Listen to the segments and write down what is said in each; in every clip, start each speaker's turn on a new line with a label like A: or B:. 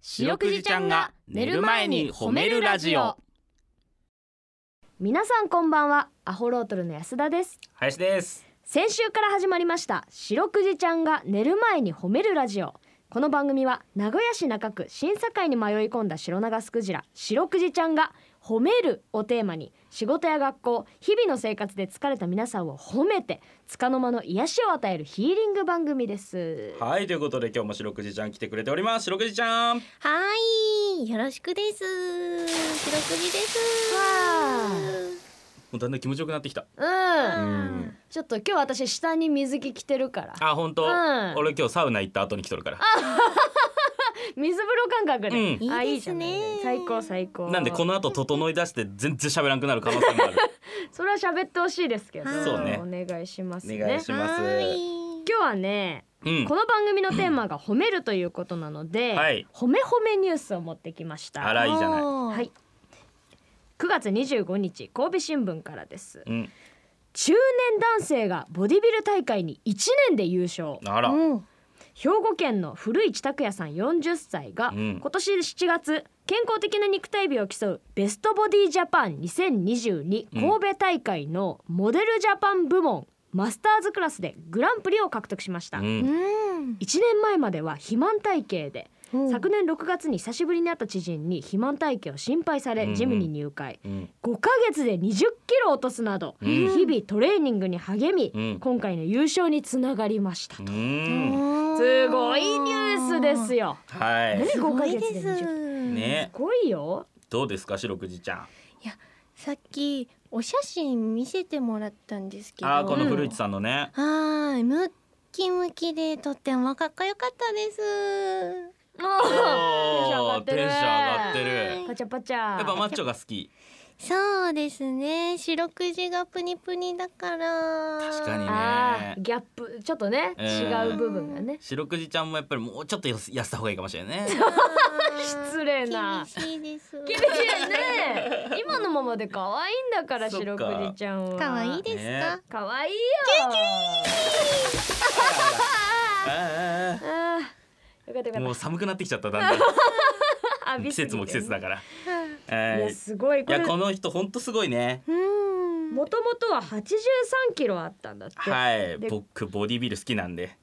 A: 白くじちゃんが寝る前に褒めるラジオ
B: 皆さんこんばんはアホロートルの安田です
A: 林です
B: 先週から始まりました白くじちゃんが寝る前に褒めるラジオこの番組は名古屋市中区審査会に迷い込んだ白長スクジラ白くじちゃんが褒めるをテーマに仕事や学校日々の生活で疲れた皆さんを褒めて束の間の癒しを与えるヒーリング番組です
A: はいということで今日も白くじちゃん来てくれております白くじちゃん
C: はーい、よろしくです。ひろくじです。
B: は
A: もうだんだん気持ちよくなってきた
B: うん
A: ん
B: ちょっと今日私下に水着着てるから
A: あ本当、
B: うん
A: 俺今日サウナ行った後に来とるから
B: 水風呂感覚で、
A: う
B: あ
C: い
B: い
C: い
B: い
C: で
B: じゃ
C: す
B: ん
C: ね
B: 最高最高
A: なんでこの後整い出して全然喋らんくなる可能性 もある
B: それは喋ってほしいですけど、
C: そう
A: ね
B: お願いしますね
A: お願いします
C: はーい。
B: 今日はね、
A: うん
B: この番組のテーマが褒めるということなので、
A: はい
B: 褒め褒めニュースを持ってきました
A: あらいいじゃない
B: はい9月25日神戸新聞からです
A: うん
B: 中年男性がボディビル大会に1年で優勝
A: あら、
C: うん。
B: 兵庫県の古市拓也さん40歳が、
A: うん
B: 今年7月健康的な肉体美を競うベストボディジャパン2022
A: うん
B: 神戸大会のモデルジャパン部門、マスターズクラスでグランプリを獲得しました、
A: う
B: 1
A: ん、
C: う
B: 年前までは肥満体型で、
C: ん。
B: 昨年6月に久しぶりに会った知人に肥満体型を心配さ
A: うんう
B: れ
A: ん
B: ジムに入会、
A: うん、
B: 5ヶ月で2 0キロ落とすなど、
A: うん
B: 日々トレーニングに励み、
A: うん
B: 今回の優勝につながりました、
A: うん、
B: すごいニュースです
C: よ。
B: よ
A: はい
C: すごいです
B: 5ヶ月で
A: ね
B: すごいよ。
A: どうですか白くじちゃん
C: さっきお写真見せてもらったんですけど。
A: あーこの古市
C: ん。
A: さんのね、
C: はーい、ムッキムキでとってもかっこよかったです。
A: おーテンション上がってる
C: はい
B: パチャパチ
A: やっぱ
B: ャ。
A: マッチョが好き
C: そうですね。白くじがプニプニだから。
A: 確かにね
B: あーギャップちょっとね、
A: うん
B: 違う部分がね。
A: 白くじちゃんもやっぱりもうちょっと痩せ痩せた方がいいかもしれ ないね
B: 失礼な
C: 厳しいです。
B: 厳しいね。今のままで可愛いんだから
A: そっか
B: 白くじちゃんは。
C: 可愛いですか
A: ね。
B: 可愛いよ。
A: あ
B: あーよかった
A: ー
B: よか
A: も
B: っ
A: う寒くなってきちゃっただん だん
B: た。浴び
A: 季
B: すぎて
A: 節も季節だから。
B: い
A: え
B: や
A: ー
B: すごい
A: い
B: これ。
A: やこ
B: も
A: の人本当すごいね。
C: うん。
B: ともとは83キロあったんだって。
A: はい
B: で
A: 僕ボディビル好きなんで。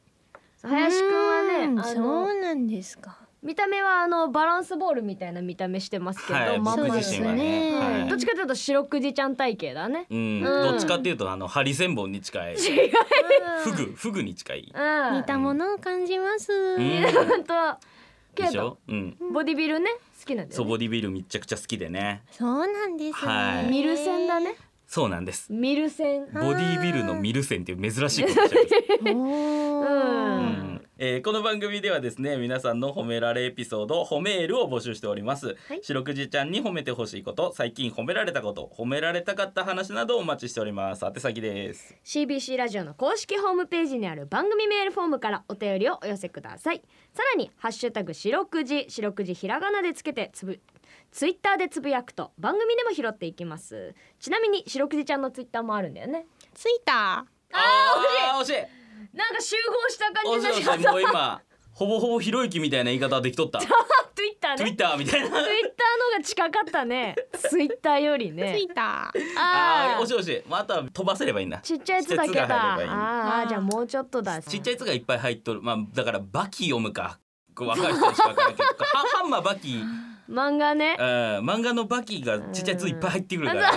B: 林くんは
C: う
B: ね、
C: ん
B: あ
C: そ
B: の
C: うなんですか。
B: 見た目はあのバランスボールみたいな見た目してますけど、
A: はい
B: まん
A: 僕
B: ま
C: そ
B: で
C: うですす
A: 自
B: ね
A: 身はね。
C: そうですね
A: はい
B: どっちかというと白くじちゃん体型だね。
A: うん
B: うん
A: どっちかっていうとあのハリセンボンに近い。
B: 違う。
A: フグフグに近い。
B: うん
C: 似。たものを感じます。
A: うん
B: 本当。
A: で
B: け
A: し
B: ど
A: ょ。うん。
B: ボディビルね好きなんだ
A: そ
B: よ、
A: う
B: ね。
A: ボディビルめちゃくちゃ好きでね。
C: そうなんです
A: は
C: ね
A: い。
B: ミルセンだね。
A: そうなんです。
B: ミルセン。
A: ボディビルのミルセンっていう珍しいことしてる。
C: お
B: う
A: う
C: ー。
A: んえーこの番組ではですね皆さんの褒められエピソード褒めールを募集しております、
B: はい
A: 白くじちゃんに褒めてほしいこと最近褒められたこと褒められたかった話などをお待ちしております宛先です
B: CBC ラジオの公式ホームページにある番組メールフォームからお便りをお寄せくださいさらに「ハッシュタグ四六時」四六時ひらがなでつけてつぶツイッターでつぶやくと番組でも拾っていきますちなみに四六時ちゃんのツイッターもあるんだよね
C: ついた。
A: あー惜しい
B: なんか集合した感じ
A: 惜
B: に
A: し
B: なっ
A: い
B: ち
A: 惜しい
B: ゃった
A: もう今ほぼほぼひろゆきみたいな言い方はできとった、
B: ツイッターねツイ
A: Twitter
B: ッ
A: みたいな
B: ターの方が近かった ねツイッターより
C: つ
B: ね
C: いた。
B: ー
A: あー惜しい惜しい、まあ、あとは飛ばせればいいんだ
B: ちっちゃいやつだけ
A: 施設
B: だ。
A: が
B: あ
A: 入ればいい
B: ーあー、じゃあもうちょっとだ。
A: ちっちゃいやつがいっぱい入っとるまあだからバキ読むかこう分かる人にしか分からんけどハハンマーバキ
B: 漫画ね
A: うん。漫画のバキがちっちゃいやついっぱい入ってくるから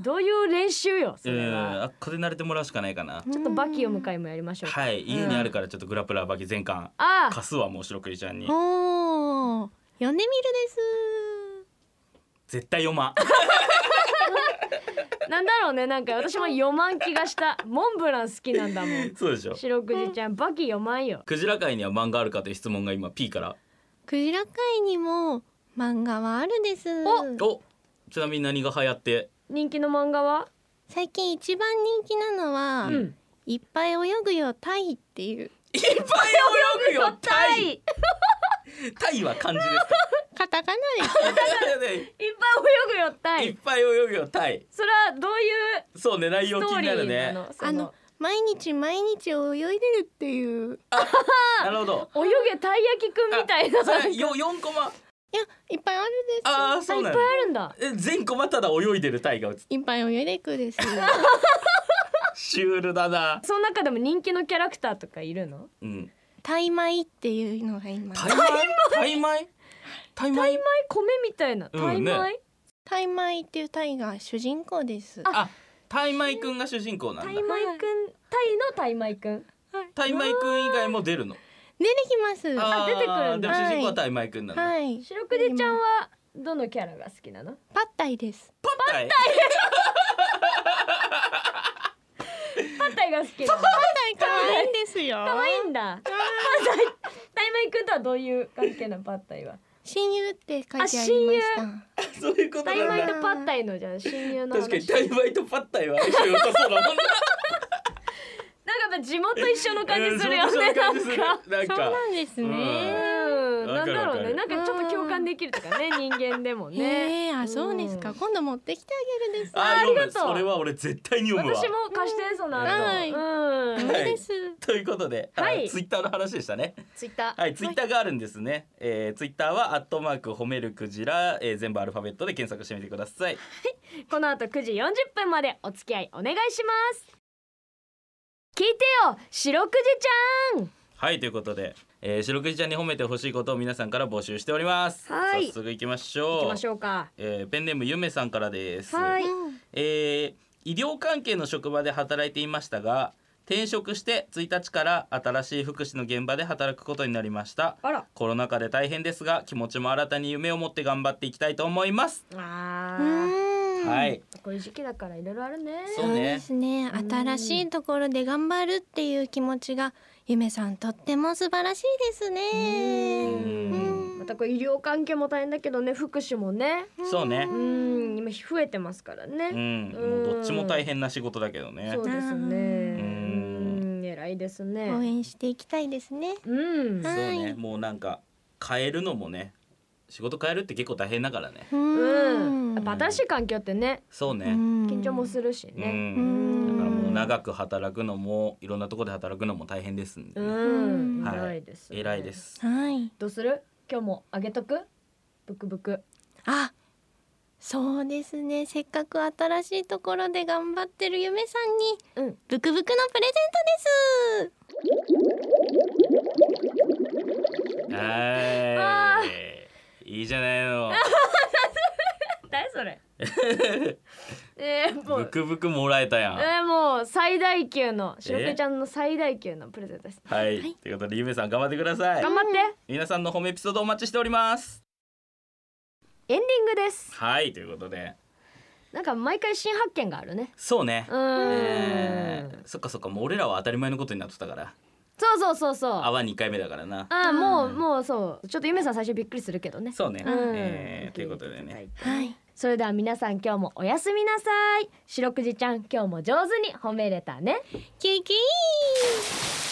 B: どういう練習よ、そ
A: うん
B: れは。
A: あこれ慣れてもらうしかないかな。
B: ちょっとバキを迎えもやりましょうか。
A: はい、家にあるからちょっとグラプラーバキ全巻
B: ああ
A: 貸、すわもう白くじちゃんに
C: おー。読んでみるです。
A: 絶対読まん
B: なんだろうね、なんか私も読まん気がした。モンブラン好きなんだも ん。
A: そうでしょ
B: 白くじちゃん、バキ読まんよ。
A: クジラ界には漫画あるかという質問が今 P から
C: クジラ界にも漫画はあるです。
A: おちなみに何が流行っ て
B: 人気の漫画は。
C: 最近一番人気なのは、
B: うん。
C: いっぱい泳ぐよタイっていう
A: いっぱい泳ぐよタイタイは漢字ですか
C: カタカナです
B: いっぱい泳ぐよ、タ
A: いっ
B: イ。
A: ぱい泳ぐよタイ
B: それはどういう
A: そうね内
B: スト
A: 容気
B: ー
A: に
B: リ
A: なる
B: ーな
A: ね
B: の。そ
C: あの毎日毎日泳いでるっていう
A: なるほど
B: 泳げたい焼きくんみたいな
A: それ
B: いっ
A: よ四コマ
C: いやいっぱいあるです
A: ああ
B: ぱ
A: そう
B: い
A: な
B: あ
A: の
B: るんだ
A: え全コマただ泳いでるタイが映って
C: いっぱい泳いでくですよ
A: シュールだな
B: その中でも人気のキャラクターとかいるの
A: うん
C: タイ米っていうのが今
A: タイ米タイ米タイ米
B: 米みたいな
A: う
B: 大
A: んね
B: 米、
C: タイ米っていうタイが主人公です
A: あタイ米くんが主人公な
B: タ
A: ん
B: イ
A: だ
B: 米くんタイのタイ米くん
A: タイ米くん以外も出るの
C: 出てきます
A: あー
B: 出てくるんだ
A: でも主人公はタイ米くんなんだ
C: はい
B: 白くじちゃんはどのキャラが好きなの
C: パッタイです
A: パッタイ
B: パッタイが好き なの
C: 可愛いんです よ
B: 可愛いんだパッタイ タイ米くんとはどういう関係なのパッタイは
C: 親友って書いてありま
B: あ
C: し
B: 親友
C: た
A: そういうこと
B: タイ
A: なん
B: 米
A: だ
B: とパッタイのじゃあ親友の話
A: 確かにタイ米とパッタイは相性良さそうだもんな
B: なんかやっぱ地元一緒の感じするよ
A: う
B: ね
A: ん地元一緒の感じする
B: なん
A: なん
B: か
C: そう
A: か
C: なんです
A: うん
C: ね
B: うん
A: わ
B: な
A: か
B: ん
A: る
B: だろうね
A: わ
B: なんかちょっと共感できるとかね人間でもね
C: ねえあそうです
B: う
C: か
B: ん
C: 今度持ってきてあげるです
A: あ
B: ありがとう
A: 読むそれは俺絶対に読むわ
B: 私も貸してその後
C: はい
B: うん
A: はい
C: ダメです
A: ということで、
B: はい
A: あツイッターの話でしたね
B: ツイッター
A: はい、ツイッターがあるんですね。えー、ツイッターはアットマーク褒めるクジラ、えー、全部アルファベットで検索してみてください。
B: この後9時40分までお付き合いお願いします聞いてよ白くじちゃん
A: はい、ということで、えー、白くじちゃんに褒めてほしいことを皆さんから募集しております。
B: はい
A: 早速行きましょう。
B: 行きましょうか
A: えーペンネームゆめさんからです。
B: はい
C: うん
A: えー医療関係の職場で働いていましたが、転職して1日から新しい福祉の現場で働くことになりました。
B: あら
A: コロナ禍で大変ですが、気持ちも新たに夢を持って頑張っていきたいと思います。
B: あ
C: う
B: ー
C: ん
A: はい。
B: こういう時期だからいろいろあるね
A: そう
C: そうですね
B: うん
C: 新しいところで頑張るっていう気持ちがゆめさんとっても素晴らしいですね
A: うん
B: またこう医療関係も大変だけどね福祉もね
A: そうね
B: う。ん今増えてますから
A: う
B: ね、
A: ん、
B: うん
A: もうどっちも大変な仕事だけどね
B: そう。です
A: う
B: ねうん偉いです
C: 応
B: ね
C: 援していきたいですね
B: うん
A: そう
C: は
A: ね、
C: い
A: もうなんか変えるのもね、仕事変えるって結構大変だからね。
C: う
B: うんやっ
A: バ
B: ぱ新しい環境ってね
A: そうね。
B: 緊張もす
C: る
B: るし
A: う
B: ね
A: ん。だからもう
C: 長
A: 長く働くのもいろんなところで働くのも大変ですんで
B: う
A: ね、
B: ん、
C: うん
A: はい
B: 偉いです、ね
A: 偉いです。
C: はい
B: どうする今日もあげとくブクブク
C: あそうですねせっかく新しいところで頑張ってるゆめさんに、
B: うん
C: ブクブクのプレゼントです
A: は
B: あ
A: い。いいじゃないの。
B: 誰それ えー、も
A: ブ
B: う
A: クブクもらえたやん。
B: えー、もう最大級のしろくじちゃんの最大級のプレゼントです
A: はい、
C: はい
A: ということでゆめさん頑張ってください
B: 頑張って
A: 皆さんの褒めエピソードお待ちしております
B: エンディングです
A: はいということで
B: なんか毎回新発見があるね
A: そうね
B: うーん、
A: えーそっかそっかもう俺らは当たり前のことになってたから
B: そうそうそうそうあ
A: 泡2回目だからな
B: あーもう
A: うん
B: もうそうちょっとゆめさん最初びっくりするけどね
A: そうね、
B: うん
A: えーということでね
C: はい
B: それでは皆さん今日もおやすみなさいしろくじちゃん今日も上手に褒めれたね
C: キュイキュイ